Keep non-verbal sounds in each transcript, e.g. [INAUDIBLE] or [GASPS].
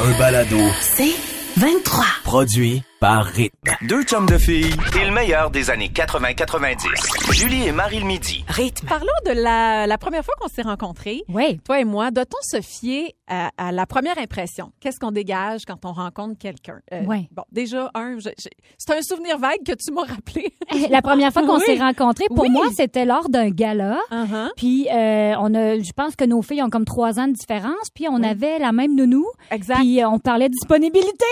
Un balado C'est 23. produit par Rythme. Deux chums de filles et le meilleur des années 80-90. Julie et Marie le midi. Rythme. Parlons de la, la première fois qu'on s'est rencontrés, Oui. toi et moi. Doit-on se fier à, à la première impression? Qu'est-ce qu'on dégage quand on rencontre quelqu'un? Euh, [LAUGHS] Ouais. Bon, déjà, un, je- je- c'est un souvenir vague que tu m'as rappelé. Eh, La première fois qu'on Oui. s'est rencontrés, pour Oui. moi, c'était lors d'un gala. Uh-huh. Puis euh, on a, je pense que nos filles ont comme trois ans de différence. Puis on avait la même nounou. [LAUGHS] Exact. Puis euh, on parlait disponibilité,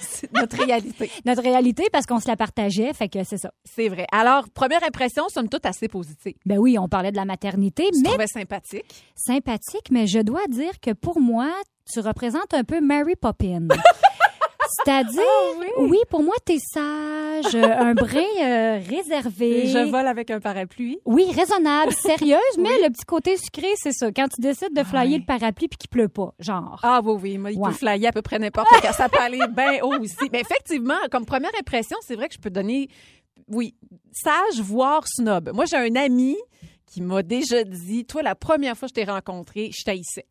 C'est [LAUGHS] notre réalité. notre réalité, parce qu'on se la partageait. Fait que c'est ça. C'est vrai. Alors, première impression, somme toute assez positive. Ben oui, on parlait de la maternité, Je mais trouvais sympathique. sympathique. Mais je dois dire que pour moi, tu représentes un peu Mary [LAUGHS] Poppins. C'est-à-dire, oui. pour moi, t'es sage, euh, un brin euh, réservé. Je vole avec un parapluie. Oui, [LAUGHS] raisonnable, sérieuse, mais le petit côté sucré, c'est ça. Quand tu décides de flyer Ouais. le parapluie puis qu'il pleut pas, genre. Ah oui, oui, moi, il Ouais. peut flyer à peu près n'importe quand. Ça peut [LAUGHS] aller bien haut aussi. Mais effectivement, comme première impression, c'est vrai que je peux donner, oui, sage, voire snob. Moi, j'ai un ami qui m'a déjà dit, toi, la première fois que je t'ai rencontré, je t'haïssais.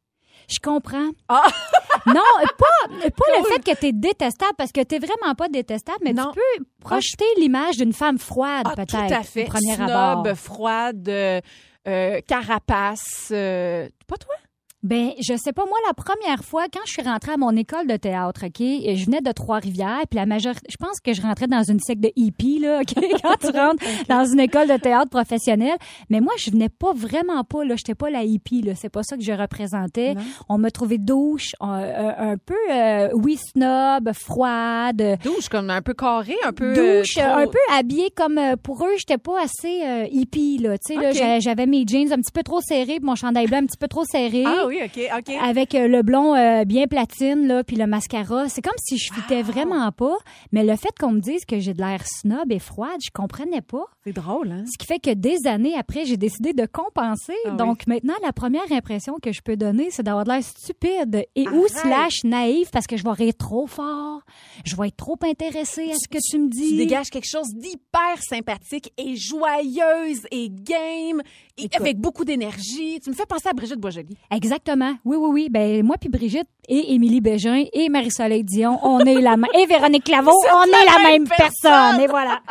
Je comprends. Ah! [LAUGHS] non, pas, pas le fait que t'es détestable parce que t'es vraiment pas détestable, mais Non. tu peux projeter l'image d'une femme froide Ah, peut-être. tout à fait. au premier snob, abord. froide, euh, euh, carapace. euh, pas toi? Ben, je sais pas, moi, la première fois, quand je suis rentrée à mon école de théâtre, OK, et je venais de Trois-Rivières, puis la majorité, je pense que je rentrais dans une secte de hippies, là, OK, [LAUGHS] quand tu [LAUGHS] rentres dans une école de théâtre professionnelle. Mais moi, je venais pas vraiment pas, là, j'étais pas la hippie, là, c'est pas ça que je représentais. Non. On me trouvait douche, un, un- un peu, euh, oui, snob, froide, Douche, comme un peu carré, un peu... euh, douche, trop- un peu habillée comme euh, pour eux, j'étais pas assez euh, hippie, là, tu sais, là, OK. j'a- j'avais mes jeans un petit peu trop serrés, puis mon chandail blanc un petit peu trop serré Ah oui, OK, OK. avec euh, le blond euh, bien platine là puis le mascara c'est comme si je fitais vraiment pas mais le fait qu'on me dise que j'ai de l'air snob et froide je comprenais pas C'est drôle, hein? ce qui fait que des années après j'ai décidé de compenser Ah oui. donc maintenant la première impression que je peux donner c'est d'avoir de l'air stupide et ou Arrête. slash naïf parce que je vais rire trop fort je vais être trop intéressée à ce que tu me dis Tu dégages quelque chose d'hyper sympathique et joyeuse et game et Écoute. avec beaucoup d'énergie. Tu me fais penser à Brigitte Boisjoli. Exactement. Oui, oui, oui. Ben, moi puis Brigitte et Émilie Bégin et Marie-Soleil Dion, on est la même. Et Véronique Claveau, [LAUGHS] C'est on est la même personne. personne. Et voilà.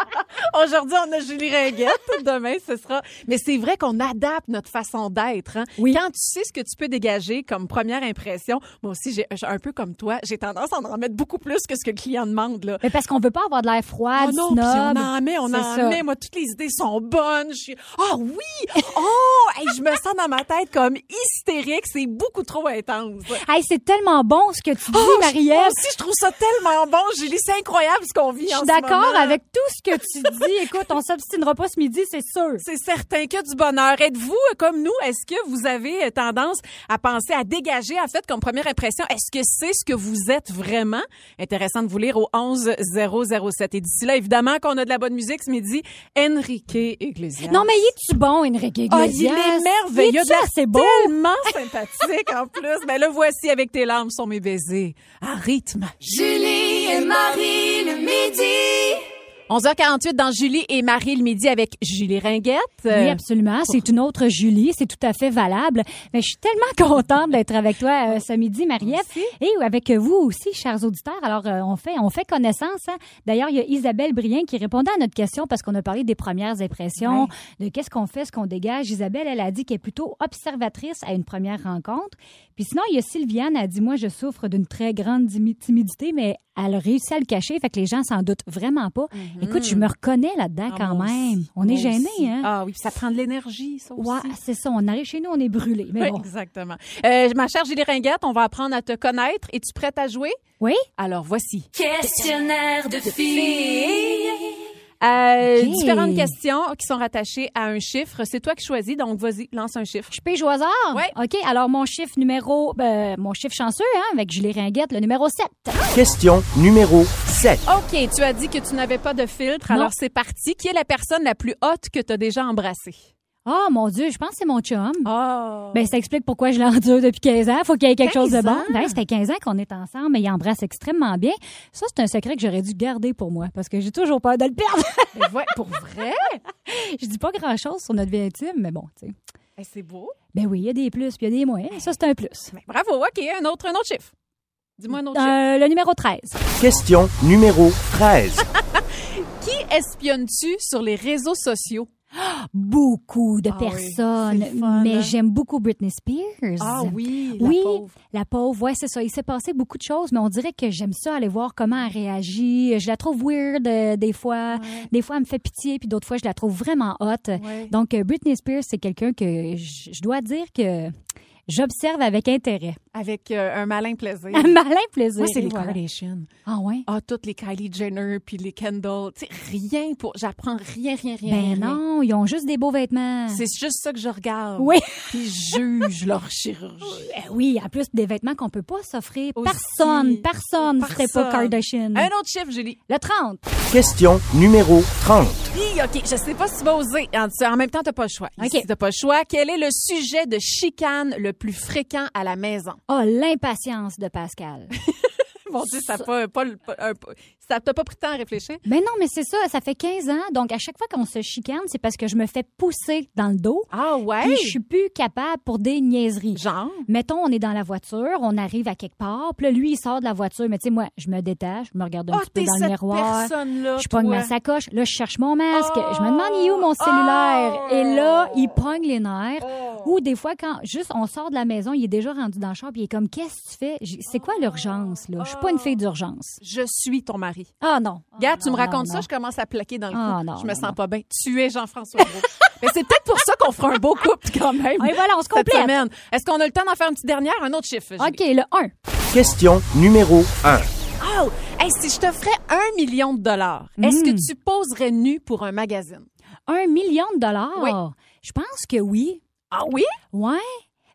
Aujourd'hui, on a Julie Ringuette. [LAUGHS] Demain, ce sera. Mais c'est vrai qu'on adapte notre façon d'être. hein. Oui. Quand tu sais ce que tu peux dégager comme première impression, moi aussi, j'ai j'ai un peu comme toi, j'ai tendance à en remettre beaucoup plus que ce que le client demande. Là. Mais parce qu'on veut pas avoir de l'air froid, Oh non, puis snob. on en met, on C'est en ça. met. Moi, toutes les idées sont bonnes. Je suis, ah oui! Oh! Hey, je me sens dans ma tête comme hystérique. C'est beaucoup trop [LAUGHS] intense. Hey, c'est tellement bon ce que tu dis, Oh, je- moi Marie-Ève. aussi, je trouve ça tellement bon, Julie. C'est incroyable ce qu'on vit Je en suis ce d'accord moment. avec tout ce que tu [LAUGHS] dis. Écoute, on s'obstinera pas ce midi, c'est sûr. C'est certain que du bonheur. Êtes-vous euh, comme nous? Est-ce que vous avez euh, tendance à penser, à dégager, en fait, comme première impression, est-ce que c'est ce que vous êtes vraiment? Intéressant de vous lire au 11 007. Et d'ici là, évidemment qu'on a de la bonne musique ce midi. Enrique Iglesias. Non, mais il est-tu bon, Enrique Iglesias? Ah, il est merveilleux. Il a de est-tu l'air assez beau? tellement sympathique en plus. Ben le voici avec tes larmes sont mes baisers. À rythme. Julie et Marie le midi. 11h48 dans Julie et Marie le midi avec Julie Ringuette. Oui, Euh, absolument. C'est une autre Julie. C'est tout à fait valable. Mais je suis tellement [LAUGHS] contente d'être avec toi euh, ce midi, Marie-Ève. Et avec vous aussi, chers auditeurs. Alors, euh, on fait, on fait connaissance. hein. D'ailleurs, il y a Isabelle Brien qui répondait à notre question parce qu'on a parlé des premières impressions, de qu'est-ce qu'on fait, ce qu'on dégage. Isabelle, elle a dit qu'elle est plutôt observatrice à une première rencontre. Puis sinon, il y a Sylviane, elle a dit, moi, je souffre d'une très grande timi- timidité, mais elle a réussi à le cacher. Fait que les gens s'en doutent vraiment pas. Écoute, je me reconnais là-dedans Mm-hmm. Ah, quand moi même. aussi, On est moi aussi. gêné, hein? Ah oui, ça prend de l'énergie, ça aussi. Ouais, c'est ça. On arrive chez nous, on est brûlé. Mais Oui, bon. Exactement. Euh, ma chère Julie Ringuette, on va apprendre à te connaître. Es-tu prête à jouer? Oui? Alors, voici. Questionnaire de filles. Euh, Ok. Différentes questions qui sont rattachées à un chiffre. C'est toi qui choisis, donc vas-y, lance un chiffre. Je pige au hasard? Ouais. OK. Alors, mon chiffre numéro. ben, mon chiffre chanceux, hein, avec Julie Ringuette, le numéro 7. Question numéro 7. OK, tu as dit que tu n'avais pas de filtre, Non. alors c'est parti. Qui est la personne la plus haute que tu as déjà embrassée? Oh, mon Dieu, je pense que c'est mon chum. Oh! Ben, ça explique pourquoi je l'endure depuis 15 ans. Faut qu'il y ait quelque chose de 15 bon. ans? Ben, c'était 15 ans qu'on est ensemble, mais il embrasse extrêmement bien. Ça, c'est un secret que j'aurais dû garder pour moi, parce que j'ai toujours peur de le perdre. [LAUGHS] pour [LAUGHS] vrai? je dis pas grand-chose sur notre vie intime, mais bon, tu sais. Eh, c'est beau. Ben oui, il y a des plus, puis il y a des moins. Ça, c'est un plus. Ben, bravo, OK, un autre, un autre chiffre. Dis-moi un autre chiffre. Euh, le numéro 13. Question numéro 13. Qui espionnes-tu sur les réseaux sociaux? Beaucoup de Ah oui, personnes, c'est le fun, mais hein? j'aime beaucoup Britney Spears. Ah oui, oui, la pauvre, ouais, c'est ça. Il s'est passé beaucoup de choses, mais on dirait que j'aime ça aller voir comment elle réagit. Je la trouve weird euh, des fois. Des fois, elle me fait pitié, puis d'autres fois, je la trouve vraiment hot. Ouais. Donc, euh, Britney Spears, c'est quelqu'un que je je dois dire que j'observe avec intérêt. Avec euh, un malin [LAUGHS] plaisir. [LAUGHS] Un malin plaisir. Moi, c'est les et voilà. Kardashians. Ah ouais? Ah, toutes les Kylie Jenner puis les Kendall. Tu sais, rien pour. J'apprends rien, rien, rien. rien. Ben non, ils ont juste des beaux vêtements. C'est juste ça que je regarde. Oui. Puis je juge leur chirurgie. Ben oui, en plus des vêtements qu'on peut pas s'offrir. Aussi. Personne, personne, c'était pas Personne. Ah Kardashian. Un autre chiffre, Julie. Le 30. Question numéro 30. Hi, OK, je sais pas si tu vas oser. En, en même temps, t'as pas le choix. OK. Ici, t'as pas le choix. Quel est le sujet de chicane le plus fréquent à la maison? [LAUGHS] Oh, l'impatience de Pascal. Mon Dieu, ça pas, pas, le- pas- un- pas- ça t'a pas pris de temps à réfléchir? Mais non, mais c'est ça, ça fait 15 ans. Donc, à chaque fois qu'on se chicane, c'est parce que je me fais pousser dans le dos. Ah Puis je suis plus capable pour des niaiseries. Genre? Mettons, on est dans la voiture, on arrive à quelque part, puis là, lui, il sort de la voiture, mais tu sais, moi, je me détache, je me regarde un Ah, petit peu t'es dans le cette miroir. personne-là, Je pogne toi. ma sacoche, là, je cherche mon masque, Oh! je me demande, il est où mon cellulaire? Oh! Et là, il pogne les nerfs. Ou des fois, quand juste on sort de la maison, il est déjà rendu dans le char, puis il est comme, qu'est-ce que tu fais? J'ai- C'est quoi l'urgence, là? Je suis pas Oh! une fille d'urgence. Je suis ton mari. Ah non. Regarde, tu me non, racontes non, ça, non. je commence à plaquer dans le cou. Ah, non, je me non, sens non. pas bien. Tu es Jean-François Gros. [LAUGHS] Mais c'est peut-être pour ça qu'on fera un beau couple quand même. Oui, Ah, voilà, on se cette complète. semaine. Est-ce qu'on a le temps d'en faire une petite dernière, un autre chiffre? Julie? OK, le 1. Question numéro 1. Oh! Hey, si je t'offrais un million de dollars, est-ce Mm. que tu poserais nu pour un magazine? Un million de dollars? Oui. Je pense que oui. Ah oui? Ouais,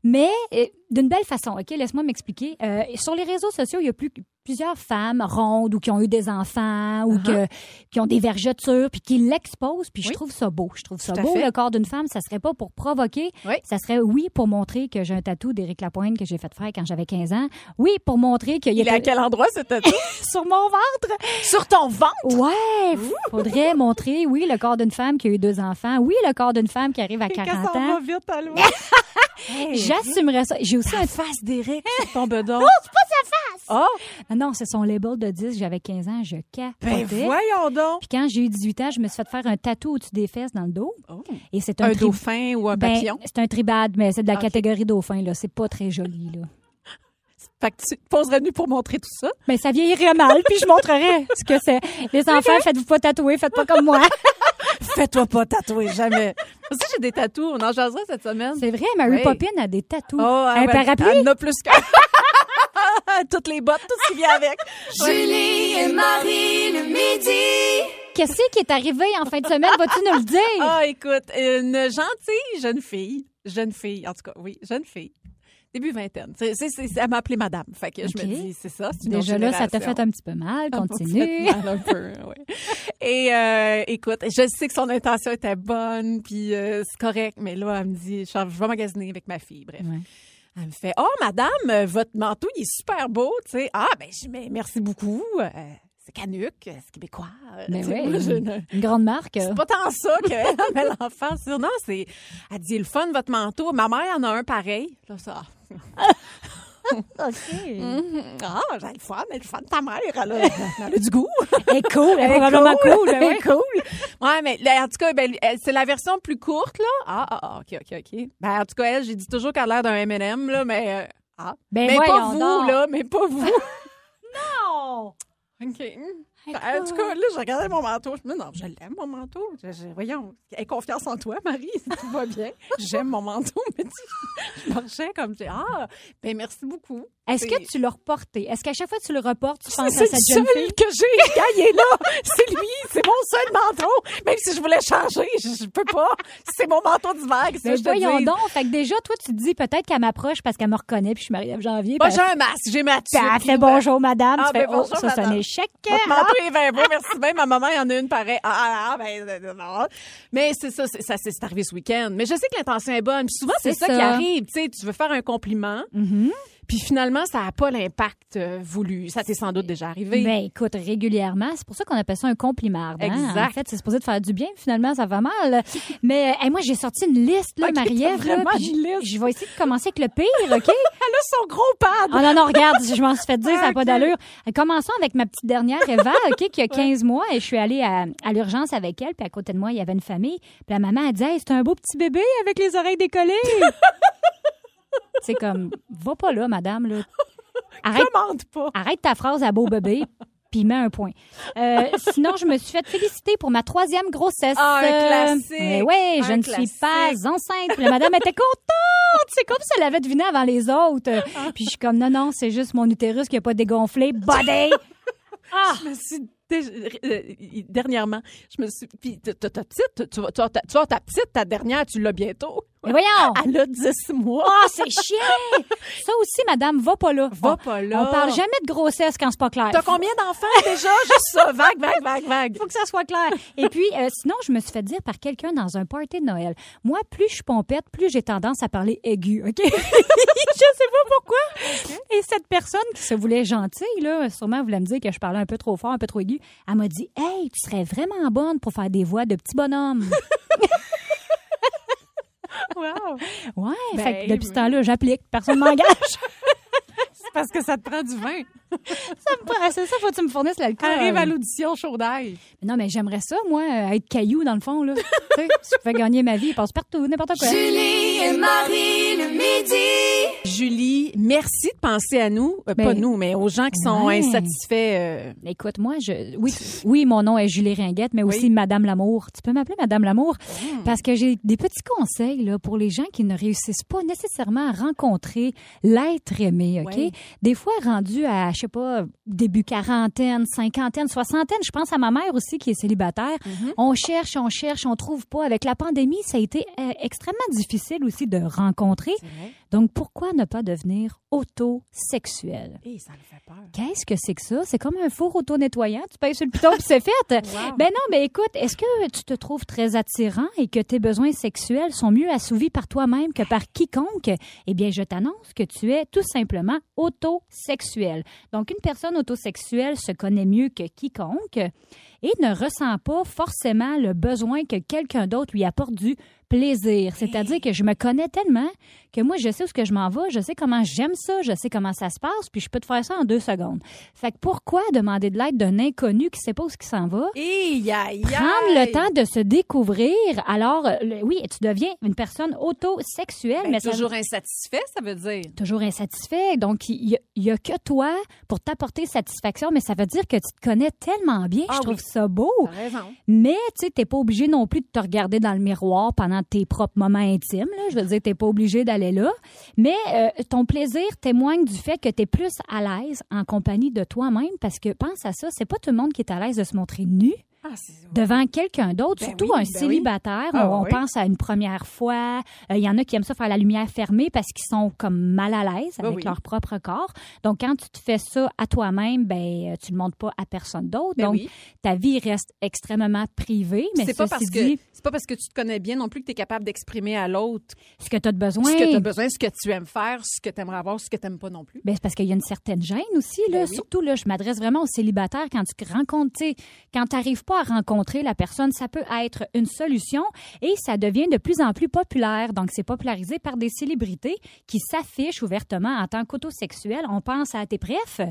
mais euh, d'une belle façon. OK, laisse-moi m'expliquer. Euh, sur les réseaux sociaux, il y a plus, plusieurs femmes rondes ou qui ont eu des enfants ou que- qui ont des vergetures puis qui l'exposent. Puis je Uh-huh. Oui. trouve ça beau. Je trouve ça Tout à beau. fait. Le corps d'une femme, ça serait pas pour provoquer. Oui. Ça serait, oui, pour montrer que j'ai un tatou d'Éric Lapointe que j'ai fait faire quand j'avais 15 ans. Oui, pour montrer qu'il Il est était à quel endroit ce [LAUGHS] tatou? sur mon ventre. Sur ton ventre? Ouais, faudrait montrer, oui, le corps d'une femme qui a eu deux enfants. Oui, le corps d'une femme qui arrive à 40 ça ans. va vite à [LAUGHS] loin. J'assumerais ça. J'ai aussi un face d'Éric sur ton bedon. Non, c'est pas sa face! Oh! Ah non, c'est son label de 10. J'avais 15 ans, je Ben capotais. voyons donc! Puis quand j'ai eu 18 ans, je me suis fait faire un tatou au-dessus des fesses dans le dos. Et c'est un, Un, tri- dauphin ou un Oh. ben, papillon? c'est un tribad, mais c'est de la Ok. catégorie dauphin. là. C'est pas très joli. là. Fait que tu te poserais nu pour montrer tout ça. Mais ça vieillirait mal, puis je montrerais ce que c'est. Les enfants, faites-vous pas tatouer, faites pas [LAUGHS] comme moi. Fais-toi pas tatouer, jamais. Moi aussi, j'ai des tatous. On en jaserait cette semaine. C'est vrai, Mary Oui. Poppins a des tatous. ah un ouais, parapluie? Elle en a plus que... [LAUGHS] Toutes les bottes, tout ce qui vient avec. Julie et Marie le midi. Qu'est-ce qui est arrivé en fin de semaine? Vas-tu nous le dire? Ah, écoute, une gentille jeune fille, jeune fille, en tout cas, oui, jeune fille, début vingtaine. C'est, c'est, c'est- elle m'a appelée madame. Fait que Ok. je me dis, c'est ça, c'est une autre Déjà là, ça t'a génération. fait un petit peu mal. Continue. Complètement, un peu, hein, ouais. Et euh, écoute, je sais que son intention était bonne, puis euh, c'est correct, mais là, elle me dit, Charles, je vais magasiner avec ma fille, bref. Ouais. Elle me fait, oh madame, euh, votre manteau, il est super beau, tu sais. Ah, ben, je dis, Mais merci beaucoup. Euh, c'est canuc, euh, c'est québécois. Euh, Mais tu sais, Ben ouais, moi, je ne- Une grande marque. c'est pas tant ça qu'elle [LAUGHS] met l'enfant sur. Non, c'est. Elle dit le fun, votre manteau. Ma mère en a un pareil. Là, ça. OK. Mm. Mhm. Ah, j'ai le fun, mais le fun de ta mère. Elle a, elle a du goût. Et cool, elle est Elle est probablement cool. ben elle est ouais. cool. Ouais, mais là, en tout cas, ben, elle- c'est la version plus courte, là. Ah, ah, ah, OK, OK, OK. Ben, en tout cas, elle, j'ai dit toujours qu'elle a l'air d'un M&M, là, mais... euh, ah. Ben, mais pas voyons vous, donc. là, mais pas vous. [LAUGHS] OK. Non! Ben, en tout cas, là, je regardais mon manteau. Je me dis, non, je l'aime, mon manteau. Je- je- voyons, aie confiance en toi, Marie, si tout va bien. J'aime mon manteau, mais tu... [LAUGHS] Je marchais comme... j'ai- Ah, ben merci beaucoup. Est-ce que C'est- tu l'as reporté? Est-ce qu'à chaque fois que tu le reportes, tu penses C'est à le cette jeune seul fille? que j'ai. Quand il est là, c'est lui. C'est mon seul manteau. Même si je voulais changer, je, je peux pas. C'est mon manteau d'hiver. qu'est-ce que Mais je te Ben voyons dis? donc. Fait que déjà, toi, tu te dis peut-être qu'elle m'approche parce qu'elle me reconnaît puis je suis mariée en janvier. Moi, puis j'ai un masque. J'ai ma elle- puis elle tuque, fait puis ma- bonjour, madame. Ah, tu fais, ben, oh, bonjour, ça, c'est un madame. échec. Votre manteau est bien beau, merci bien. Ma maman, il y en a une pareille. Ah, ah, ah, ben, euh, non. Mais c'est ça, c'est, ça c'est, c'est arrivé ce week-end. Mais je sais que l'intention est bonne. Puis souvent, c'est, C'est ça, qui ça. arrive. Tu sais, tu veux faire un compliment. Mhm. puis finalement, ça n'a pas l'impact euh, voulu. Ça t'est sans doute déjà arrivé. Ben, écoute, régulièrement, c'est pour ça qu'on appelle ça un compliment. hein. Exact. En fait, c'est supposé de faire du bien, mais finalement, ça va [LAUGHS] mal. Mais euh, hey, moi, j'ai sorti une liste, là, Ok, t'as Marie-Ève. là, vraiment puis une liste. Je je vais essayer de commencer avec le pire, [LAUGHS] OK? Elle a son gros pad. Oh non, non, regarde, je m'en suis fait dire, ça n'a [LAUGHS] pas Ok. d'allure. Euh, Commençons avec ma petite dernière, Eva, OK, qui a 15 mois, et je suis allée à, à l'urgence avec elle, puis à côté de moi, il y avait une famille. Puis la maman, elle dit, hey, c'est un beau petit bébé avec les oreilles [LAUGHS] décollées. c'est comme, va pas là, madame, là. Arrête, Commande pas. arrête ta phrase à beau [LAUGHS] bébé. Puis mets un point. Euh, sinon, je me suis fait féliciter pour ma troisième grossesse. Ah, un Euh, classique. Mais ouais, je Un ne classique. suis pas enceinte. Puis la madame était contente. C'est comme si elle l'avait deviné avant les autres. Puis je suis comme, non, non, c'est juste mon utérus qui a pas [LAUGHS] dégonflé. Body! Ah! Je me suis déjà- euh, dernièrement, je me suis. Puis ta ta- ta petite, tu, vas- tu, vas- tu vas ta petite, ta dernière, tu l'as bientôt. Mais voyons! Elle a 10 mois. Ah, c'est chiant! Ça aussi, madame, va pas là. Va On- pas là. On parle jamais de grossesse quand c'est pas clair. T'as combien d'enfants déjà? Juste ça. Vague, vague, vague, vague. faut que ça soit clair. Et puis, euh, sinon, je me suis fait dire par quelqu'un dans un party de Noël. Moi, plus je suis pompette, plus j'ai tendance à parler aigu, OK? [LAUGHS] je sais pas pourquoi. Et cette personne qui se voulait gentille, là, sûrement voulait me dire que je parlais un peu trop fort, un peu trop aigu, elle m'a dit « Hey, tu serais vraiment bonne pour faire des voix de petit bonhomme. Wow. » Ouais, Ben, fait que depuis ce oui. temps-là, j'applique. Personne ne m'engage. C'est parce que ça te prend du vin. [LAUGHS] ça me paraît- c'est ça, faut que tu me fournisses l'alcool. Arrive à l'audition, chaud d'ail. Non, mais j'aimerais ça, moi, euh, être caillou dans le fond, [LAUGHS] là. tu sais, si je pouvais gagner ma vie, je passe partout, n'importe quoi. Julie et Marie le midi. Julie, merci de penser à nous. Euh, Ben, pas nous, mais aux gens qui sont ouais. insatisfaits. euh, Écoute, moi, je, oui, oui, mon nom est Julie Ringuette, mais aussi Madame Lamour. Tu peux m'appeler Madame Lamour parce que j'ai des petits conseils là, pour les gens qui ne réussissent pas nécessairement à rencontrer l'être aimé. Ok, Ouais. des fois rendu à, je sais pas, début quarantaine, cinquantaine, soixantaine, je pense à ma mère aussi qui est célibataire. On cherche, on cherche, on trouve pas. Avec la pandémie, ça a été euh, extrêmement difficile aussi de rencontrer. Donc pourquoi ne pas devenir auto-sexuel? Eh, ça me fait peur. Qu'est-ce que c'est que ça? C'est comme un four auto-nettoyant. Tu payes sur le piton puis c'est fait. Wow. Ben non, mais écoute, est-ce que tu te trouves très attirant et que tes besoins sexuels sont mieux assouvis par toi-même que par quiconque? Eh bien, je t'annonce que tu es tout simplement autosexuel. Donc, une personne autosexuelle se connaît mieux que quiconque et ne ressent pas forcément le besoin que quelqu'un d'autre lui apporte du plaisir. C'est-à-dire que je me connais tellement que moi, je sais où ce que je m'en vais, je sais comment j'aime ça, je sais comment ça se passe, puis je peux te faire ça en deux secondes. Fait que pourquoi demander de l'aide d'un inconnu qui sait pas où ce qui s'en va? Eh, ya, ya. Prendre le temps de se découvrir. Alors, euh, le- oui, tu deviens une personne autosexuelle, Ben, mais ça- toujours insatisfait, ça veut dire. toujours insatisfait. Donc, il n'y a, que toi pour t'apporter satisfaction, mais ça veut dire que tu te connais tellement bien. Ah je trouve oui. ça beau. T'as raison. Mais tu sais, t'es pas obligé non plus de te regarder dans le miroir pendant tes propres moments intimes. Là. Je veux dire, t'es pas obligé d'aller là. Mais euh, ton plaisir témoigne du fait que t'es plus à l'aise en compagnie de toi-même parce que pense à ça, c'est pas tout le monde qui est à l'aise de se montrer nu Ah, c'est devant quelqu'un d'autre, Ben surtout oui, un ben célibataire. Ah on on oui. pense à une première fois. Euh, Il y en a qui aiment ça faire la lumière fermée parce qu'ils sont comme mal à l'aise Ben avec oui. leur propre corps. Donc, quand tu te fais ça à toi-même, ben euh, tu le montres pas à personne d'autre. Ben Donc, oui. ta vie reste extrêmement privée. Mais c'est pas ceci parce dit, que c'est pas parce que tu te connais bien non plus que tu es capable d'exprimer à l'autre ce que tu as de besoin. ce que tu as besoin, ce que tu aimes faire, ce que tu aimerais avoir, ce que tu n'aimes pas non plus. Ben, c'est parce qu'il y a une certaine gêne aussi. Là. Ben oui. Surtout, là, je m'adresse vraiment aux célibataires. Quand tu rencontres, tu sais, quand tu n'arrives pas à rencontrer la personne, ça peut être une solution et ça devient de plus en plus populaire. Donc, c'est popularisé par des célébrités qui s'affichent ouvertement en tant qu'autosexuels. On pense à tes préf.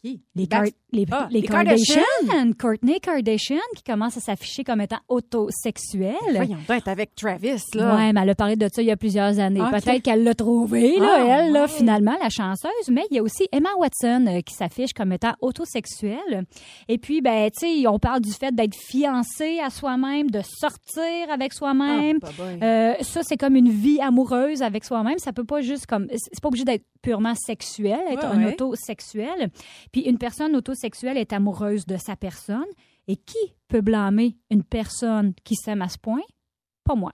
Qui? Les, Bah, Car- les, ah, les les Kardashian, Kardashian. Kourtney Kardashian, qui commence à s'afficher comme étant autosexuelle. Ben Voyons, donc, être avec Travis, là. Oui, mais elle a parlé de ça il y a plusieurs années. Ah, ok. Peut-être qu'elle l'a trouvé, là, Ah, elle, là, ouais. finalement, la chanceuse. Mais il y a aussi Emma Watson euh, qui s'affiche comme étant autosexuelle. Et puis, ben, tu sais, on parle du fait d'être fiancée à soi-même, de sortir avec soi-même. Ah, bah, bah. Euh, ça, c'est comme une vie amoureuse avec soi-même. Ça peut pas juste comme. C'est pas obligé d'être purement sexuel, être Ouais, un ouais. autosexuel. Puis une personne autosexuelle est amoureuse de sa personne. Et qui peut blâmer une personne qui s'aime à ce point? Pas moi.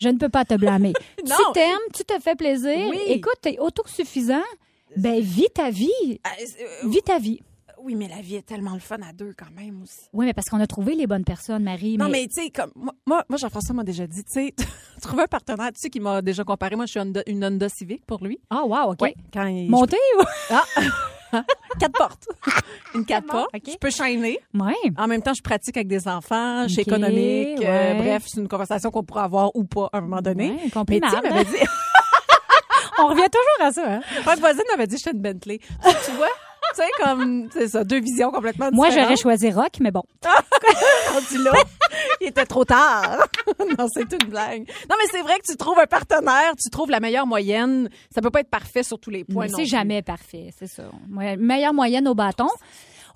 Je ne peux pas te blâmer. [LAUGHS] Non. Tu t'aimes, tu te fais plaisir. Oui. Écoute, t'es autosuffisant. Ben, vis ta vie. Ah, c'est- euh, Vis ta vie. Oui, mais la vie est tellement le fun à deux quand même aussi. Oui, mais parce qu'on a trouvé les bonnes personnes, Marie. Non, mais tu sais, comme moi, moi, moi, Jean-François m'a déjà dit, tu sais, [LAUGHS] trouver un partenaire, tu sais, qui m'a déjà comparé. Moi, je suis Honda- une Honda Civic pour lui. Ah, wow, OK. Oui, quand il... Monter ou... je- [LAUGHS] Quatre portes. une quatre portes. OK. Je peux chaîner. Oui. En même temps, je pratique avec des enfants, je suis OK, économique. euh, ouais. bref, c'est une conversation qu'on pourra avoir ou pas à un moment donné. Ouais, qu'on peut mais tu sais, il marre, m'avait dit, [LAUGHS] On revient toujours à ça. hein. votre voisine m'avait dit, je suis une Bentley. Tu, tu vois? Tu sais, comme, c'est ça, deux visions complètement Moi, différentes. j'aurais choisi rock, mais bon. rendu [LAUGHS] là. Il était trop tard. [LAUGHS] non, c'est une blague. Non, mais c'est vrai que tu trouves un partenaire, tu trouves la meilleure moyenne. Ça peut pas être parfait sur tous les points. Mais non c'est plus. jamais parfait, c'est ça. Ouais, meilleure moyenne au bâton.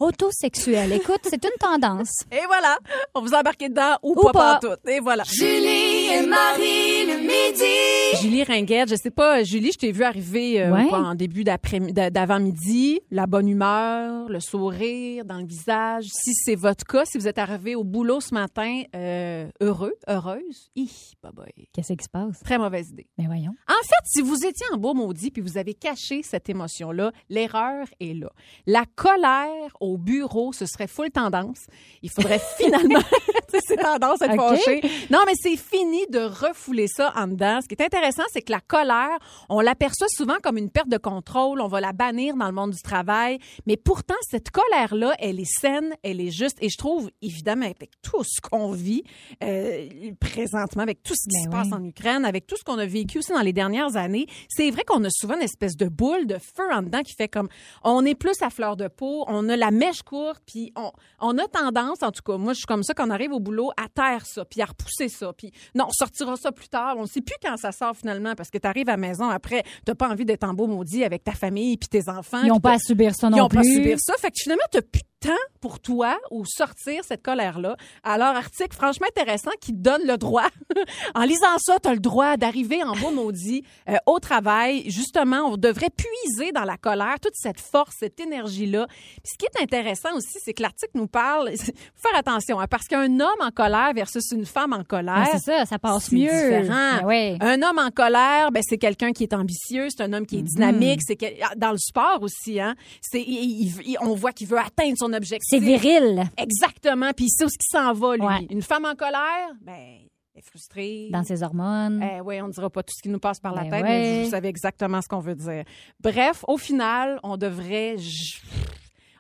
Autosexuel. [LAUGHS] Écoute, c'est une tendance. Et voilà, on vous embarque dedans ou, Ou pas, pas. tout. Et voilà. Julie et Marie le midi. Julie Ringuette, je sais pas, Julie, je t'ai vu arriver euh, Ouais. quoi, en début d'après- d'a- d'avant-midi, la bonne humeur, le sourire dans le visage. Si c'est votre cas, si vous êtes arrivé au boulot ce matin euh, heureux, heureuse, hi, bye bye. Qu'est-ce qui se passe? Très mauvaise idée. Mais Ben voyons. En fait, si vous étiez en beau maudit puis vous avez caché cette émotion-là, l'erreur est là. La colère au bureau, ce serait full tendance. Il [LAUGHS] faudrait finalement... [LAUGHS] Tu sais, c'est tendance à être OK. fâché. Non, mais c'est fini de refouler ça en dedans. Ce qui est intéressant, c'est que la colère, on l'aperçoit souvent comme une perte de contrôle. On va la bannir dans le monde du travail. Mais pourtant, cette colère-là, elle est saine, elle est juste. Et je trouve, évidemment, avec tout ce qu'on vit euh, présentement, avec tout ce qui Ben se oui. passe en Ukraine, avec tout ce qu'on a vécu aussi dans les dernières années, c'est vrai qu'on a souvent une espèce de boule de feu en dedans qui fait comme on est plus à fleur de peau, on a la mèche courte, puis on, on a tendance, en tout cas, moi je suis comme ça qu'on arrive au boulot à taire ça, puis à repousser ça, puis non, on sortira ça plus tard, on ne sait plus quand ça sort finalement parce que tu arrives à la maison après, t'as pas envie d'être en beau maudit avec ta famille puis tes enfants. Ils n'ont puis pas à subir ça ils non ont plus. pas subir ça. Fait que finalement, t'as plus de temps pour toi ou sortir cette colère-là. Alors, article franchement intéressant qui donne le droit. [LAUGHS] en lisant ça, t'as le droit d'arriver en beau maudit euh, au travail. Justement, on devrait puiser dans la colère toute cette force, cette énergie-là. Puis ce qui est intéressant aussi, c'est que l'article nous parle... [LAUGHS] faut faire attention, hein, parce qu'un homme en colère versus une femme en Ben, colère... c'est ça, ça passe C'est mieux. différent. Ben ouais. Un homme en colère, ben c'est quelqu'un qui est ambitieux, c'est un homme qui est Mm-hmm. dynamique, c'est quel- ah, dans le sport aussi hein. C'est il- il- il- on voit qu'il veut atteindre son objectif. C'est viril Exactement, puis il sait où ce qui s'en va lui. Ouais. Une femme en colère, ben elle est frustrée. dans ses hormones. Eh oui, on ne dira pas tout ce qui nous passe par la Ben tête, ouais. mais vous, vous savez exactement ce qu'on veut dire. Bref, au final, on devrait...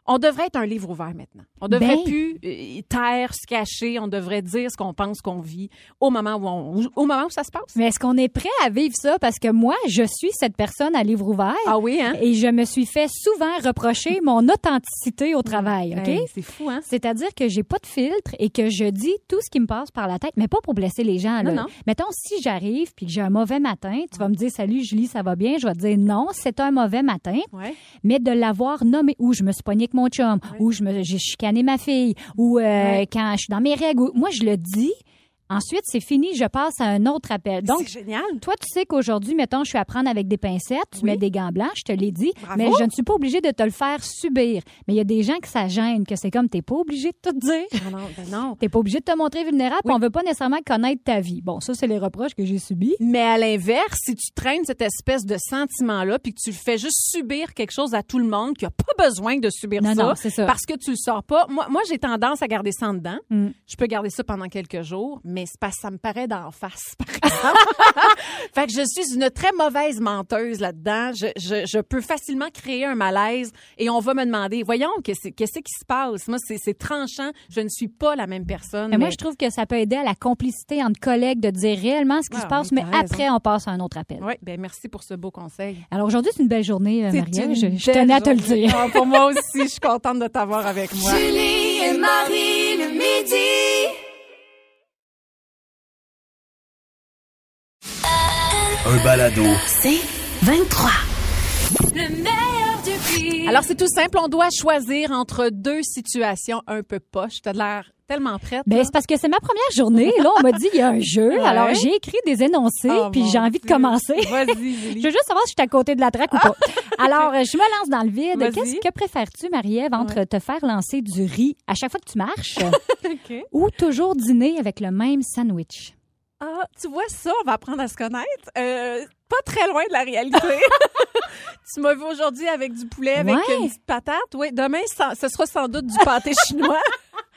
On devrait être un livre ouvert maintenant. On devrait Ben. plus euh, taire, se cacher. On devrait dire ce qu'on pense, qu'on vit au moment où on- au moment où ça se passe. Mais est-ce qu'on est prêt à vivre ça? Parce que moi, je suis cette personne à livre ouvert. Ah oui, hein? Et je me suis fait souvent reprocher mon authenticité au travail, OK? Hey, c'est fou, hein? C'est-à-dire que j'ai pas de filtre et que je dis tout ce qui me passe par la tête, mais pas pour blesser les gens. là. Non, non. Mettons, si j'arrive puis que j'ai un mauvais matin, tu vas me dire Salut Julie, ça va bien? Je vais te dire non, c'est un mauvais matin, Ouais. mais de l'avoir nommé ou je me suis pognée avec mon chum, ou je me j'ai chicané ma fille, ou euh, Ouais. quand je suis dans mes règles. ou- Moi, je le dis. Ensuite, c'est fini, je passe à un autre appel. Donc, c'est génial. [LAUGHS] toi, tu sais qu'aujourd'hui, mettons, je suis à prendre avec des pincettes, tu Oui. mets des gants blancs, je te l'ai dit, Bravo. mais je ne suis pas obligée de te le faire subir. Mais il y a des gens que ça gêne, que c'est comme, t'es pas obligée de tout dire. Non, non, ben non. T'es pas obligée de te montrer vulnérable, Oui. on veut pas nécessairement connaître ta vie. Bon, ça, c'est les reproches que j'ai subis. Mais à l'inverse, si tu traînes cette espèce de sentiment-là, puis que tu le fais juste subir quelque chose à tout le monde, qui a pas besoin de subir Non, ça, non, c'est ça. parce que tu le sors pas. Moi, moi j'ai tendance à garder ça en dedans. Mm. Je peux garder ça pendant quelques jours, mais c'est parce que ça me paraît d'en face, [LAUGHS] par exemple. [LAUGHS] fait que je suis une très mauvaise menteuse là-dedans. Je, je, je peux facilement créer un malaise et on va me demander, voyons, qu'est-ce qu'est-ce qui se passe? Moi, c'est c'est tranchant. Je ne suis pas la même personne. Mais moi, mais- je trouve que ça peut aider à la complicité entre collègues de dire réellement ce qui Ah, se passe, oui, mais t'as raison. après, on passe à un autre appel. Oui, ben merci pour ce beau conseil. Alors aujourd'hui, c'est une belle journée, euh, Marie-Ève. Je, je tenais à te [LAUGHS] le dire. Ah, pour moi aussi, je suis contente de t'avoir avec moi. Julie et Marie le midi. Un balado. 23. Le meilleur du pire. Alors, c'est tout simple. On doit choisir entre deux situations un peu poches. T'as l'air tellement prête. Ben, là. c'est parce que c'est ma première journée. Là, on m'a dit il y a un jeu. Ouais. Alors, j'ai écrit des énoncés, Oh, puis mon j'ai envie de Dieu. commencer. [LAUGHS] Vas-y, Je Julie. veux juste savoir si je suis à côté de la traque ou pas. [LAUGHS] Alors, euh, je me lance dans le vide. Ah! Vas-y. Qu'est-ce que préfères-tu, Marie-Ève, entre te faire lancer du riz à chaque fois que [LAUGHS] tu marches OK. ou toujours dîner avec le même sandwich? Ah, tu vois ça, on va apprendre à se connaître. Euh, pas très loin de la réalité. [LAUGHS] tu m'as vu aujourd'hui avec du poulet, avec Ouais. une petite patate. Oui, demain, sans- ce sera sans doute du pâté [LAUGHS] chinois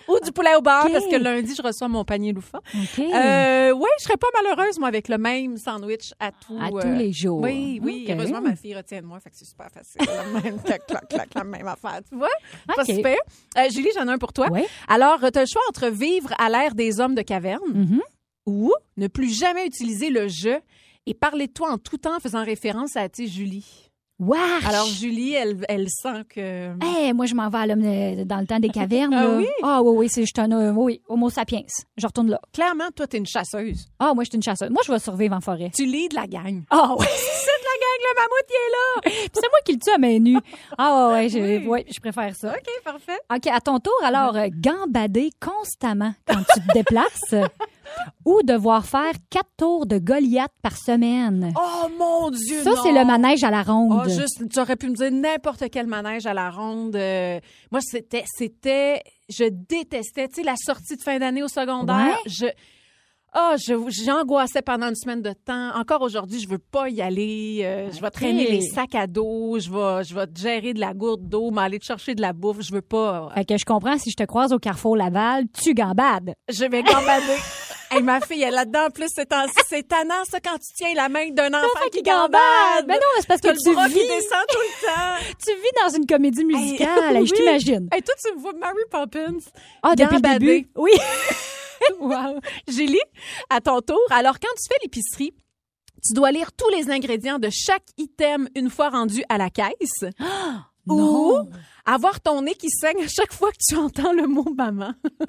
ou du poulet au bar, Ok. parce que lundi, je reçois mon panier loufa. OK. Euh, oui, je serais pas malheureuse, moi, avec le même sandwich à, tout, euh, À tous les jours. Oui, oui. Ok. Heureusement, ma fille retient de moi, fait que c'est super facile. La même, [LAUGHS] clac, clac, clac, la même affaire, tu vois? Pas Ok. super. Euh, Julie, j'en ai un pour toi. Oui. Alors, tu as le choix entre vivre à l'ère des hommes de caverne Mm-hmm. ou ne plus jamais utiliser le « je » et parler de toi en tout temps en faisant référence à, tu sais, Julie. Wesh! Alors, Julie, elle, elle sent que... Eh, moi, je m'en vais à l'homme de- dans le [LAUGHS] temps des cavernes. Ah là. oui? Ah oui, oui, c'est juste un euh, oui, homo sapiens. Je retourne là. Clairement, toi, t'es une chasseuse. Ah, moi, je suis une chasseuse. Moi, je vais survivre en forêt. Tu lis de la gang. Ah [LAUGHS] oui, C'est de la gang, le mammouth, il est là! Puis c'est moi qui le tue à main nue. Ah ouais, je, Oui. ouais, je préfère ça. OK, parfait. OK, à ton tour, alors, euh, gambader constamment quand tu te déplaces [LAUGHS] ou devoir faire quatre tours de Goliath par semaine. Oh, mon Dieu, ça, non. c'est le manège à la ronde. Ah, juste, tu aurais pu me dire n'importe quel manège à la ronde. Euh, moi, c'était, c'était, je détestais, tu sais, la sortie de fin d'année au secondaire. Ouais. Je, ah, je, j'angoissais pendant une semaine de temps. Encore aujourd'hui, je veux pas y aller. Euh, Je vais traîner Ok. les sacs à dos. Je vais, je vais te gérer de la gourde d'eau, m'aller te chercher de la bouffe. Je veux pas. euh, Fait que je comprends, si je te croise au carrefour Laval, tu gambades. Je vais [LAUGHS] gambader. Hey, ma fille, elle est là-dedans. En plus, c'est, en- c'est tannant, ça, quand tu tiens la main d'un enfant qui gambade. Mais Ben non, c'est parce que T'as le bras tu qui vis, descend tout le temps. tu vis dans une comédie [LAUGHS] musicale, Hey, je oui. t'imagine. Hey, toi, tu me vois Mary Poppins. Ah, depuis le Gambader. début. Oui. [LAUGHS] Wow. Julie, à ton tour. Alors, quand tu fais l'épicerie, tu dois lire tous les ingrédients de chaque item une fois rendu à la [GASPS] caisse. Ah, non. Ou avoir ton nez qui saigne à chaque fois que tu entends le mot maman. Ah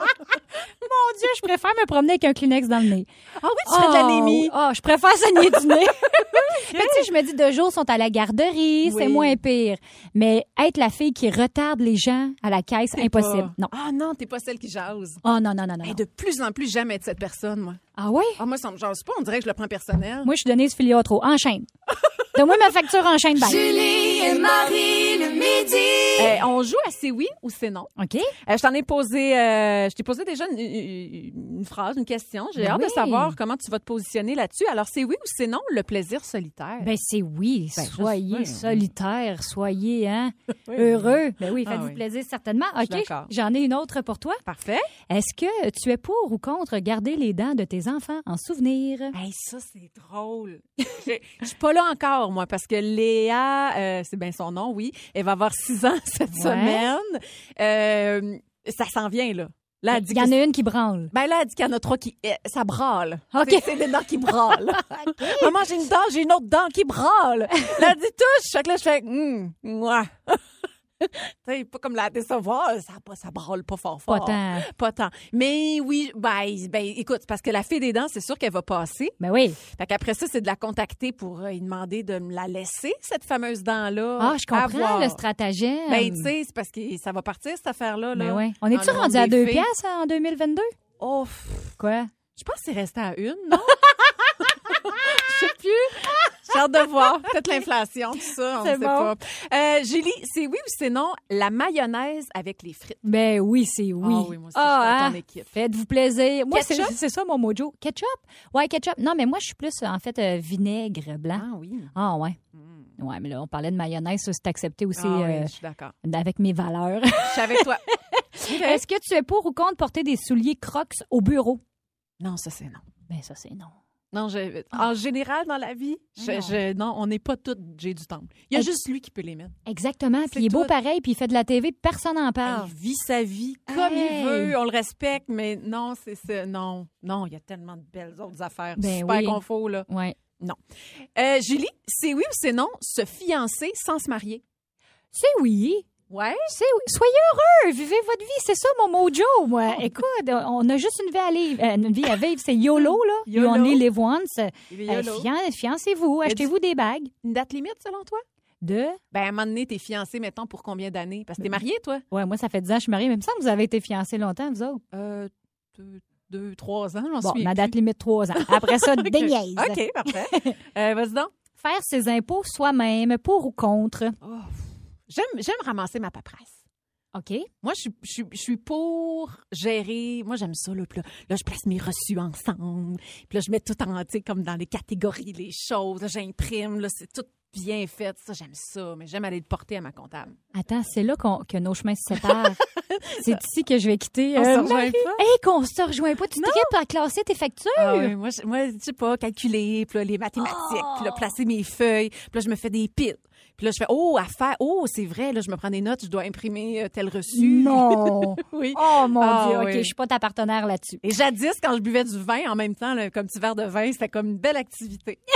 Mon Dieu, je préfère me promener avec un Kleenex dans le nez. Ah oui, tu fais de l'anémie. Ah, je préfère saigner du [LAUGHS] nez. Mais tu sais, je me dis, deux jours sont à la garderie, c'est Oui. moins pire. Mais être la fille qui retarde les gens à la caisse, impossible. Pas- Non. Ah non, t'es pas celle qui jase. Oh non, non, non, non. Hey, non. de plus en plus, jamais être cette personne, moi. Ah ouais? Ah, moi, ça me jase pas. On dirait que je le prends personnel. Moi, je suis Denise Filiotro. [LAUGHS] Enchaîne. Donne-moi ma facture enchaîne, [LAUGHS] bye. Julie et Marie le midi. Euh, on joue à c'est oui ou c'est non. OK? Euh, je t'en ai posé, euh, je t'ai posé déjà une, une- une phrase, une question. J'ai Ben hâte de oui. savoir comment tu vas te positionner là-dessus. Alors, c'est oui ou c'est non le plaisir solitaire? Ben, c'est oui. Ben, ça, soyez oui. solitaire, soyez hein, Oui. heureux. Ben [LAUGHS] oui, Ah faites-vous oui. plaisir, certainement. OK, d'accord. j'en ai une autre pour toi. Parfait. Est-ce que tu es pour ou contre garder les dents de tes enfants en souvenir? Hey, ça, c'est drôle. [LAUGHS] Je je suis pas là encore, moi, parce que Léa, euh, c'est bien son nom, oui, elle va avoir six ans [LAUGHS] cette Ouais. semaine. Euh, ça s'en vient, là. Là, elle dit Il y en que- a une qui branle. Ben là, elle dit qu'il y en a trois qui... eh, Ça brâle. OK. C'est- C'est les dents qui [LAUGHS] brâlent. [LAUGHS] Maman, j'ai une dent, j'ai une autre dent qui brâle. Là, elle dit touche. Fait que là, je fais... Hum, mouah. [LAUGHS] Tu sais, pas comme la décevoir. Ça, pas- ça brâle pas fort, Pas fort. tant. Pas tant. Mais oui, ben, ben écoute, parce que la fée des dents, c'est sûr qu'elle va passer. Ben oui. Fait qu'après ça, c'est de la contacter pour euh, lui demander de me la laisser, cette fameuse dent-là. Ah, je À comprends voir. le stratagème. Ben, tu sais, c'est parce que ça va partir, cette affaire-là. Là. Ben ouais. On Dans est-tu le monde rendu à des deux fées. piastres hein, en 2022? Oh, pff, Quoi? je pense que c'est resté à une, non? [LAUGHS] Je sais plus. J'ai hâte de voir. Peut-être l'inflation, tout ça, on ne C'est sait bon. pas. Euh, Julie, c'est oui ou c'est non la mayonnaise avec les frites? Ben oui, c'est oui. Ah oui, moi aussi, je suis dans Ah, ton hein. équipe. Faites-vous plaisir. Moi, c'est Ketchup? c'est ça mon mojo. Ketchup? Ouais, ketchup. Non, mais moi, je suis plus, en fait, euh, vinaigre blanc. oui. Ah, ouais. Ouais, mais là, on parlait de mayonnaise. ça, C'est accepté aussi Mm. Ah oui, euh, je suis d'accord. avec mes valeurs. Je suis avec [LAUGHS] toi. Est-ce que tu es pour ou contre porter des souliers crocs au bureau? Non, ça, c'est non. Ben ça, c'est non. Non, je- en général, dans la vie, je- Non. je- Ah non, Ah. on n'est pas toutes j'ai du temps. Il y a Hey. juste lui qui peut les mettre. Exactement. Puis il est tout. beau pareil, puis il fait de la TV, puis personne n'en parle. Il vit sa vie comme Hey. il veut, on le respecte, mais non, c'est ça. Non, non, il y a tellement de belles autres affaires Ben super oui. confort, là. Ouais. Euh, Julie, c'est oui ou c'est non se fiancer sans se marier? C'est oui. Ouais. C'est oui. Soyez heureux, vivez votre vie, c'est ça mon mojo, moi. Oh. Écoute, on a juste une vie à vivre, euh, une vie à vivre, c'est YOLO là. [LAUGHS] YOLO. You only live once. Euh, Il y a l'autre. fian- Fiancez-vous, a achetez-vous des bagues Une date limite, selon toi? de. Ben, à un moment donné, t'es fiancé, mettons, pour combien d'années? Parce que t'es marié, toi? Ouais, moi ça fait 10 ans que je suis mariée, mais il me semble que vous avez été fiancés longtemps vous autres. Euh, deux, deux, trois ans, on Bon, suit. ma date limite 3 ans. Après ça, des niaises. [LAUGHS] OK, parfait. [LAUGHS] Euh, Vas-y donc. Faire ses impôts soi-même, pour ou contre. Oh, J'aime j'aime ramasser ma paperasse. OK. Moi, je, suis- je, suis- je suis pour gérer. Moi, j'aime ça. Là, Puis là, là, je place mes reçus ensemble. Puis là, je mets tout en, tu sais, comme dans les catégories, les choses. Là, J'imprime. Là, c'est tout bien fait. Ça, j'aime ça. Mais j'aime aller le porter à ma comptable. Attends, c'est là qu'on- que nos chemins se séparent. [LAUGHS] c'est ici que je vais quitter. On se euh, rejoint Marie. pas? Hey, qu'on se rejoint pas. Tu tripes à classer tes factures. Ah oui, moi, je, moi, je sais pas, calculer, puis là, les mathématiques, puis là, placer mes feuilles, puis là, je me fais des piles. Puis là, je fais, oh, à faire, oh, c'est vrai, là, je me prends des notes, je dois imprimer euh, tel reçu. Non. [LAUGHS] Oui. [LAUGHS] Oh mon Ah Dieu. oui. OK, je suis pas ta partenaire là-dessus. Et jadis, quand je buvais du vin en même temps, là, comme petit verre de vin, c'était comme une [LAUGHS] belle activité. [LAUGHS]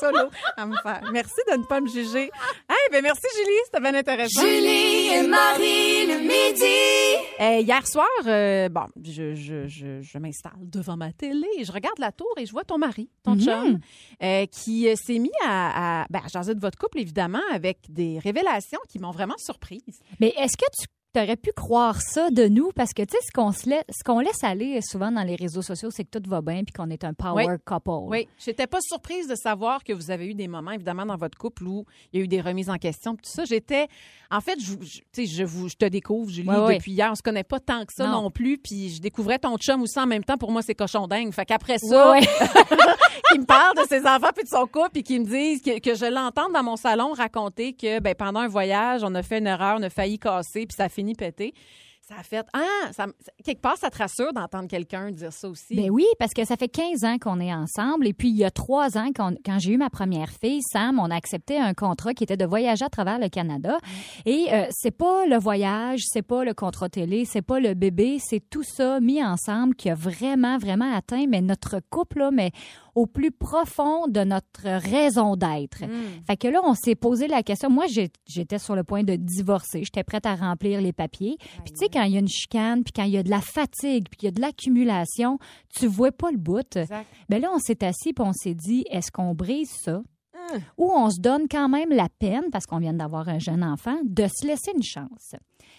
Solo à me faire. Merci de ne pas me juger. Hey, ben merci Julie, c'était bien intéressant. Julie et Marie le midi. Euh, hier soir, euh, bon, je, je, je, je m'installe devant ma télé et je regarde la tour et je vois ton mari, Mm. ton chum, euh, qui euh, s'est mis à, à, ben, à jaser de votre couple, évidemment, avec des révélations qui m'ont vraiment surprise. Mais est-ce que tu aurais pu croire ça de nous? Parce que, tu sais, ce qu'on se laisse, ce qu'on laisse aller souvent dans les réseaux sociaux, c'est que tout va bien puis qu'on est un power Oui. couple. Oui, j'étais pas surprise de savoir que vous avez eu des moments, évidemment, dans votre couple où il y a eu des remises en question, puis tout ça. J'étais, en fait, je, vous- je- tu sais, je vous, je te découvre, Julie, Ouais, ouais. depuis hier. On se connaît pas tant que ça non, Non. plus, puis je découvrais ton chum aussi en même temps. Pour moi, c'est cochon dingue. Fait qu'après ça, [LAUGHS] Ça, qui me parle de ses enfants puis de son couple puis qui me disent que, que je l'entends dans mon salon raconter que ben pendant un voyage, on a fait une erreur, on a failli casser puis ça a fini pété. Ça a fait ah, ça, me- quelque part ça te rassure d'entendre quelqu'un dire ça aussi. Ben oui, parce que ça fait 15 ans qu'on est ensemble. Et puis, il y a trois ans, quand, quand j'ai eu ma première fille, Sam, on a accepté un contrat qui était de voyager à travers le Canada. Et euh, c'est pas le voyage, c'est pas le contrat télé, c'est pas le bébé, c'est tout ça mis ensemble qui a vraiment, vraiment atteint mais notre couple, là, mais au plus profond de notre raison d'être. Fait que là, on s'est posé la question. Moi, j'ai- j'étais sur le point de divorcer. J'étais prête à remplir les papiers. Puis tu sais, quand il y a une chicane, puis quand il y a de la fatigue, puis qu'il y a de l'accumulation, tu vois pas le bout. Exact. Ben là, on s'est assis puis on s'est dit, est-ce qu'on brise ça? Hein? Ou on se donne quand même la peine, parce qu'on vient d'avoir un jeune enfant, de se laisser une chance.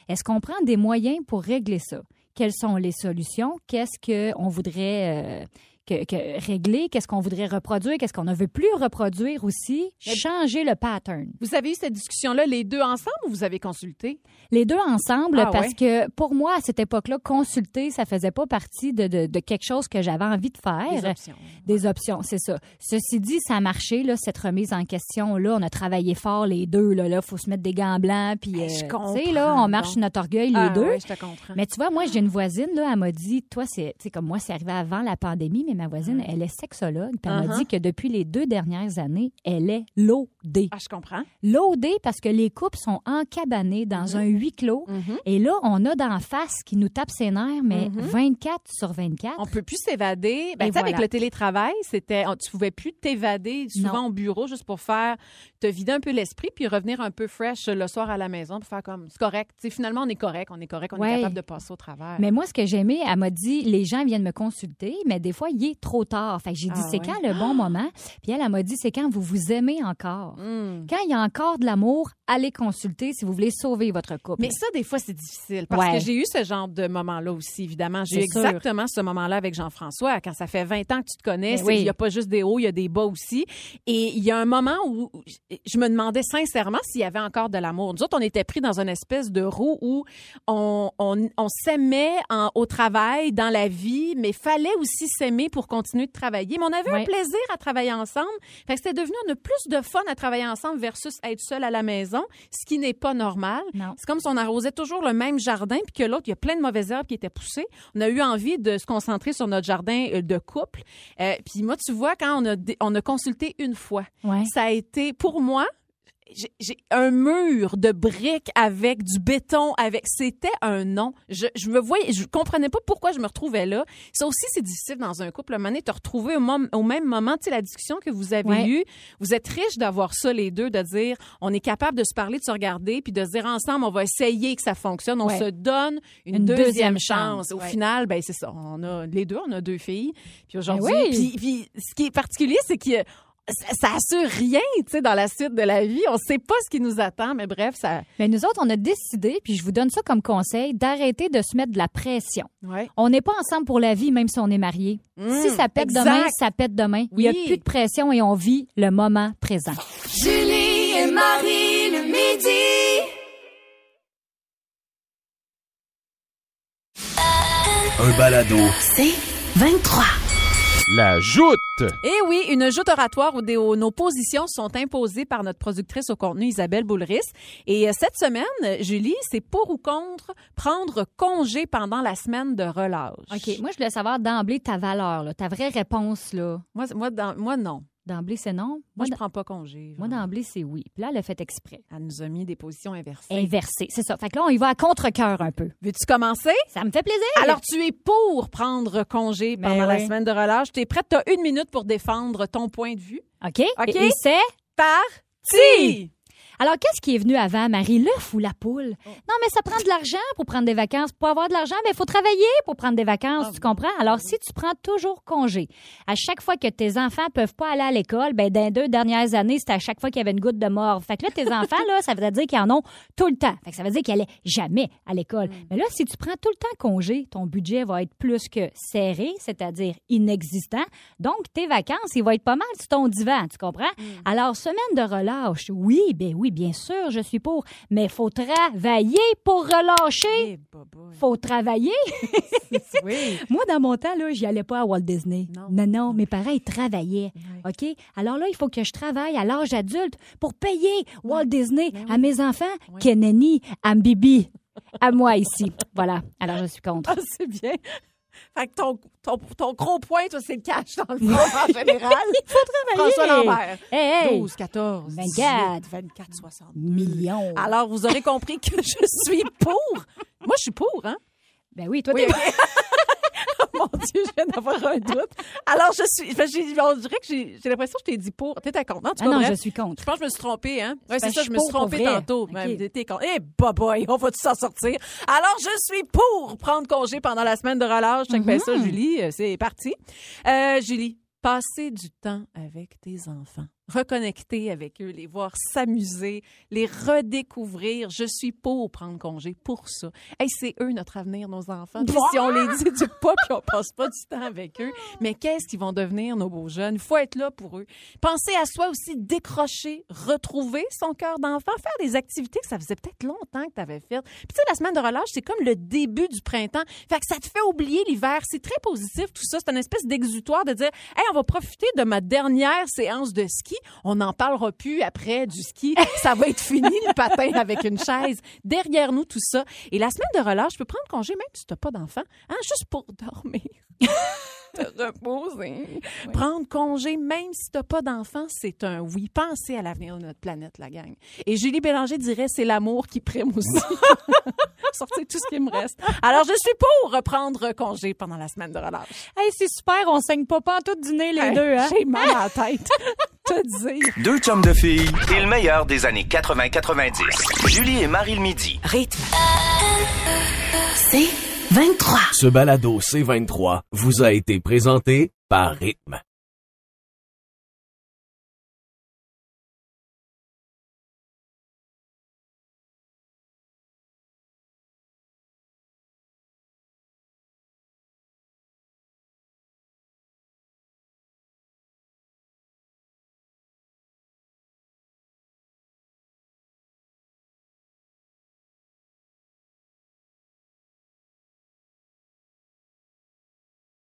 Est-ce qu'on prend des moyens pour régler ça? Quelles sont les solutions? Qu'est-ce qu'on voudrait euh, que, que- régler? Qu'est-ce qu'on voudrait reproduire? Qu'est-ce qu'on ne veut plus reproduire aussi? Mais- Changer le pattern. Vous avez eu cette discussion là les deux ensemble ou vous avez consulté Les deux ensemble, Ah parce que pour moi, à cette époque-là, consulter, ça faisait pas partie de, de- de quelque chose que j'avais envie de faire. les options Des options, c'est ça. Ceci dit, ça a marché, là, cette remise en question-là. On a travaillé fort, les deux. Là, là faut se mettre des gants blancs. Puis, Ben, je euh, comprends, tu sais, là, on marche donc. sur notre orgueil, les Ah, deux. ouais, je te comprends. Mais tu vois, moi, j'ai une voisine, là, elle m'a dit, toi, c'est, tu sais, comme moi, c'est arrivé avant la pandémie, mais ma voisine, elle est sexologue. Puis elle m'a Mm. Uh-huh. dit que depuis les deux dernières années, elle est loadée. Ah, je comprends. Loadée parce que les couples sont encabanés dans Mm-hmm. un huis clos. Et là, on a d'en face qui nous tape ses nerfs, mais 24 sur 24. Mm-hmm. On peut plus s'évader. Ben, Et tu sais, Avec voilà. le télétravail, c'était on- tu pouvais plus t'évader souvent Non. au bureau juste pour faire te vider un peu l'esprit puis revenir un peu fresh le soir à la maison pour faire comme c'est correct. Tu sais, finalement on est correct, on est correct, on est Ouais. capable de passer au travers. Mais moi, ce que j'aimais, elle m'a dit, les gens viennent me consulter, mais des fois, il est trop tard. Fait que j'ai dit, Ah c'est ouais. quand le bon moment? Puis elle, elle m'a dit, c'est quand vous vous aimez encore. Hmm. Quand il y a encore de l'amour, allez consulter si vous voulez sauver votre couple. Mais ça, des fois, c'est difficile. Parce Ouais. que j'ai eu ce genre de moment-là aussi, évidemment. J'ai eu C'est sûr. exactement ce moment-là avec Jean-François. Quand ça fait 20 ans que tu te connais, Mais c'est- il Ben oui. n'y a pas juste des hauts, il y a des bas aussi. Et il y a un moment où je- je me demandais sincèrement s'il y avait encore de l'amour. Nous autres, on était pris dans une espèce de roue où on, on, on s'aimait en- au travail, dans la vie, mais fallait aussi s'aimer pour continuer de travailler. Mais on avait un Ouais. plaisir à travailler ensemble. Fait que c'était devenu on a plus de fun à travailler ensemble versus être seul à la maison, ce qui n'est pas normal. Non. C'est comme si on arrosait toujours le même jardin, puis que l'autre, il y a plein de mauvaises herbes qui étaient poussées. On a eu envie de se concentrer sur notre jardin euh, de couple. Euh, puis moi, tu vois, quand on a, dé- on a consulté une fois, Ouais. ça a été, pour moi, j'ai- j'ai un mur de briques avec du béton, avec c'était un nom. Je, je me voyais, je comprenais pas pourquoi je me retrouvais là. Ça aussi, c'est difficile dans un couple. À un moment donné, te retrouver au, mom- au même moment, tu sais, la discussion que vous avez Ouais. eue. Vous êtes riche d'avoir ça, les deux, de dire, on est capable de se parler, de se regarder, puis de se dire ensemble, on va essayer que ça fonctionne. On Ouais. se donne une, Une deuxième, deuxième chance. chance, Au ouais. final, ben, c'est ça. On a, les deux, on a deux filles. Puis aujourd'hui, Ben oui. puis, puis ce qui est particulier, c'est que ça, ça assure rien, tu sais, dans la suite de la vie. On sait pas ce qui nous attend, mais bref, ça. Mais nous autres, on a décidé, puis je vous donne ça comme conseil, d'arrêter de se mettre de la pression. Ouais. On n'est pas ensemble pour la vie, même si on est marié. si ça pète exact. demain, ça pète demain. Il n'y a Oui. plus de pression et on vit le moment présent. Julie et Marie le midi. un balado, C'est 23. La joute. Eh oui, une joute oratoire où, des- où nos positions sont imposées par notre productrice au contenu Isabelle Boulris. Et euh, cette semaine, euh, Julie, c'est pour ou contre prendre congé pendant la semaine de relâche. OK, moi, je voulais savoir d'emblée ta valeur, là, ta vraie réponse. là. Moi, moi, dans- moi, non. D'emblée, c'est non. Moi, Moi, je d- prends pas congé. genre. moi, d'emblée, c'est oui. Puis là, elle a fait exprès. Elle nous a mis des positions inversées. Inversé, c'est ça. Fait que là, on y va à contre-cœur un peu. Eh, Veux-tu commencer? Ça me fait plaisir. Alors, tu es pour prendre congé Ben pendant la oui. semaine de relâche. Tu es prête? Tu as une minute pour défendre ton point de vue. OK. OK. Et- et c'est... Parti! Alors, qu'est-ce qui est venu avant, Marie? L'œuf ou la poule? Non, mais ça prend de l'argent pour prendre des vacances. Pour avoir de l'argent, mais il faut travailler pour prendre des vacances, tu comprends? Alors, si tu prends toujours congé, à chaque fois que tes enfants peuvent pas aller à l'école, ben, dans les deux dernières années, c'était à chaque fois qu'il y avait une goutte de mort. Fait que là, tes enfants, là, ça veut dire qu'ils en ont tout le temps. Fait que ça veut dire qu'ils allaient jamais à l'école. Mais là, si tu prends tout le temps congé, ton budget va être plus que serré, c'est-à-dire inexistant. Donc, tes vacances, il va être pas mal sur ton divan, tu comprends? Alors, semaine de relâche, oui, ben oui, bien sûr, je suis pour, mais faut travailler pour relâcher. Eh, [LAUGHS] baboy. Faut travailler. Oui. Moi, dans mon temps, là, j'y allais pas à Walt Disney. Non. non, mes parents, ils travaillaient. OK? Alors là, il faut que je travaille à l'âge adulte pour payer Walt Disney à mes enfants, Kennedy, à Bibi, à moi ici. Voilà. Alors, je suis contre. Ah, [LAUGHS] c'est bien. Fait que ton, ton, ton gros point, toi, c'est le cash dans le fond, en [LAUGHS] général. François Lambert. Hey, hey. 12, 14, 24. 18, 24, 60. Millions. Alors, vous aurez compris que je suis pour. Moi, je suis pour, hein? Ben oui, toi, Oui, [LAUGHS] t'es- ok. Oh Mon Dieu, je viens d'avoir un doute. Alors, je suis. fait que j'ai- on dirait que j'ai j'ai l'impression que je t'ai dit pour. T'es contre. Non, tu Ah vois, non, bref. je suis contre. Je pense que je me suis trompée, hein? Oui, parce c'est que ça, je je suis me suis pour, pour trompée vrai. tantôt. Ok. Mais t'es con- Eh, boboy, on va-tu s'en sortir? Alors, je suis pour prendre congé pendant la semaine de relâche. Fait que ben ça, Julie, euh, c'est parti. Euh, Julie, passer du temps avec tes enfants. Reconnecter avec eux, les voir s'amuser, les redécouvrir. Je suis pour prendre congé pour ça. Hey, c'est eux notre avenir, nos enfants. Puis si on les éduque pas puis on passe pas du temps avec eux, mais qu'est-ce qu'ils vont devenir, nos beaux jeunes? faut être là pour eux. Penser à soi aussi, décrocher, retrouver son cœur d'enfant, faire des activités que ça faisait peut-être longtemps que tu avais faites. Puis tu sais, la semaine de relâche, c'est comme le début du printemps. Fait que ça te fait oublier l'hiver. C'est très positif tout ça. C'est une espèce d'exutoire de dire Hey, on va profiter de ma dernière séance de ski. On n'en parlera plus après du ski. Ça va être fini le patin avec une chaise. Derrière nous, tout ça. Et la semaine de relâche, tu peux prendre congé même si tu n'as pas d'enfant, hein, juste pour dormir. te reposer. Prendre congé, même si t'as pas d'enfant, c'est un oui. Pensez à l'avenir de notre planète, la gang. Et Julie Bélanger dirait, c'est l'amour qui prime aussi. [LAUGHS] Sortez tout ce qui me reste. Alors, je suis pour reprendre congé pendant la semaine de relâche. Hey, c'est super, on saigne pas pantoute du nez les Hey, deux, [LAUGHS] hein? J'ai mal à la tête. [LAUGHS] te dire. Deux chums de filles et le meilleur des années 80-90. Julie et Marie le midi. Rythme. C'est 23. ce balado C23 vous a été présenté par Rythme.